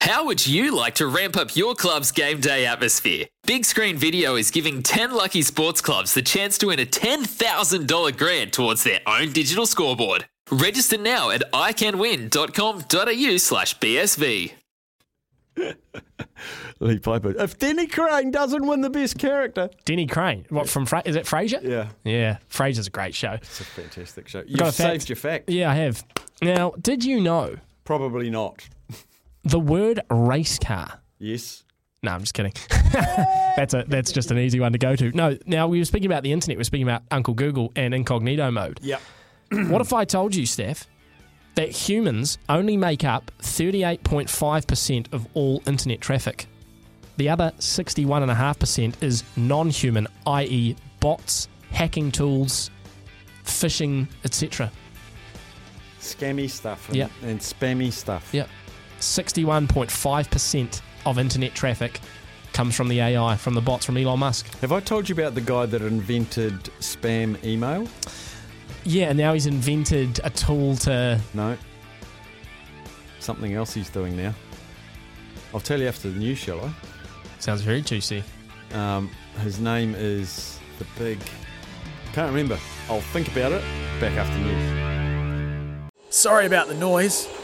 How would you like to ramp up your club's game day atmosphere? Big Screen Video is giving 10 lucky sports clubs the chance to win a $10,000 grant towards their own digital scoreboard. Register now at iCanWin.com.au slash BSV. Lee Piper. If Denny Crane doesn't win the best character, Denny Crane. What from? Fra- is it Frasier? Yeah. yeah. Frasier's a great show. it's a fantastic show. Got You've a fact? saved your fact. Yeah, I have. Now, did you know Probably not. the word race car? Yes. No, I'm just kidding. that's a that's just an easy one to go to. No, now we were speaking about the internet. We are speaking about Uncle Google and incognito mode. Yep. What if I told you, Steph, that humans only make up 38.5% of all internet traffic? The other 61.5% is non human, i.e., bots, hacking tools, phishing, etc. Scammy stuff and, Yeah. and spammy stuff. Yep. 61.5% of internet traffic comes from the AI, from the bots, from Elon Musk. Have I told you about the guy that invented spam email? Yeah, and now he's invented a tool to. No. Something else he's doing now. I'll tell you after the news, shall I? Sounds very juicy. Um, his name is the big. Can't remember. I'll think about it. Back after the news. Sorry about the noise.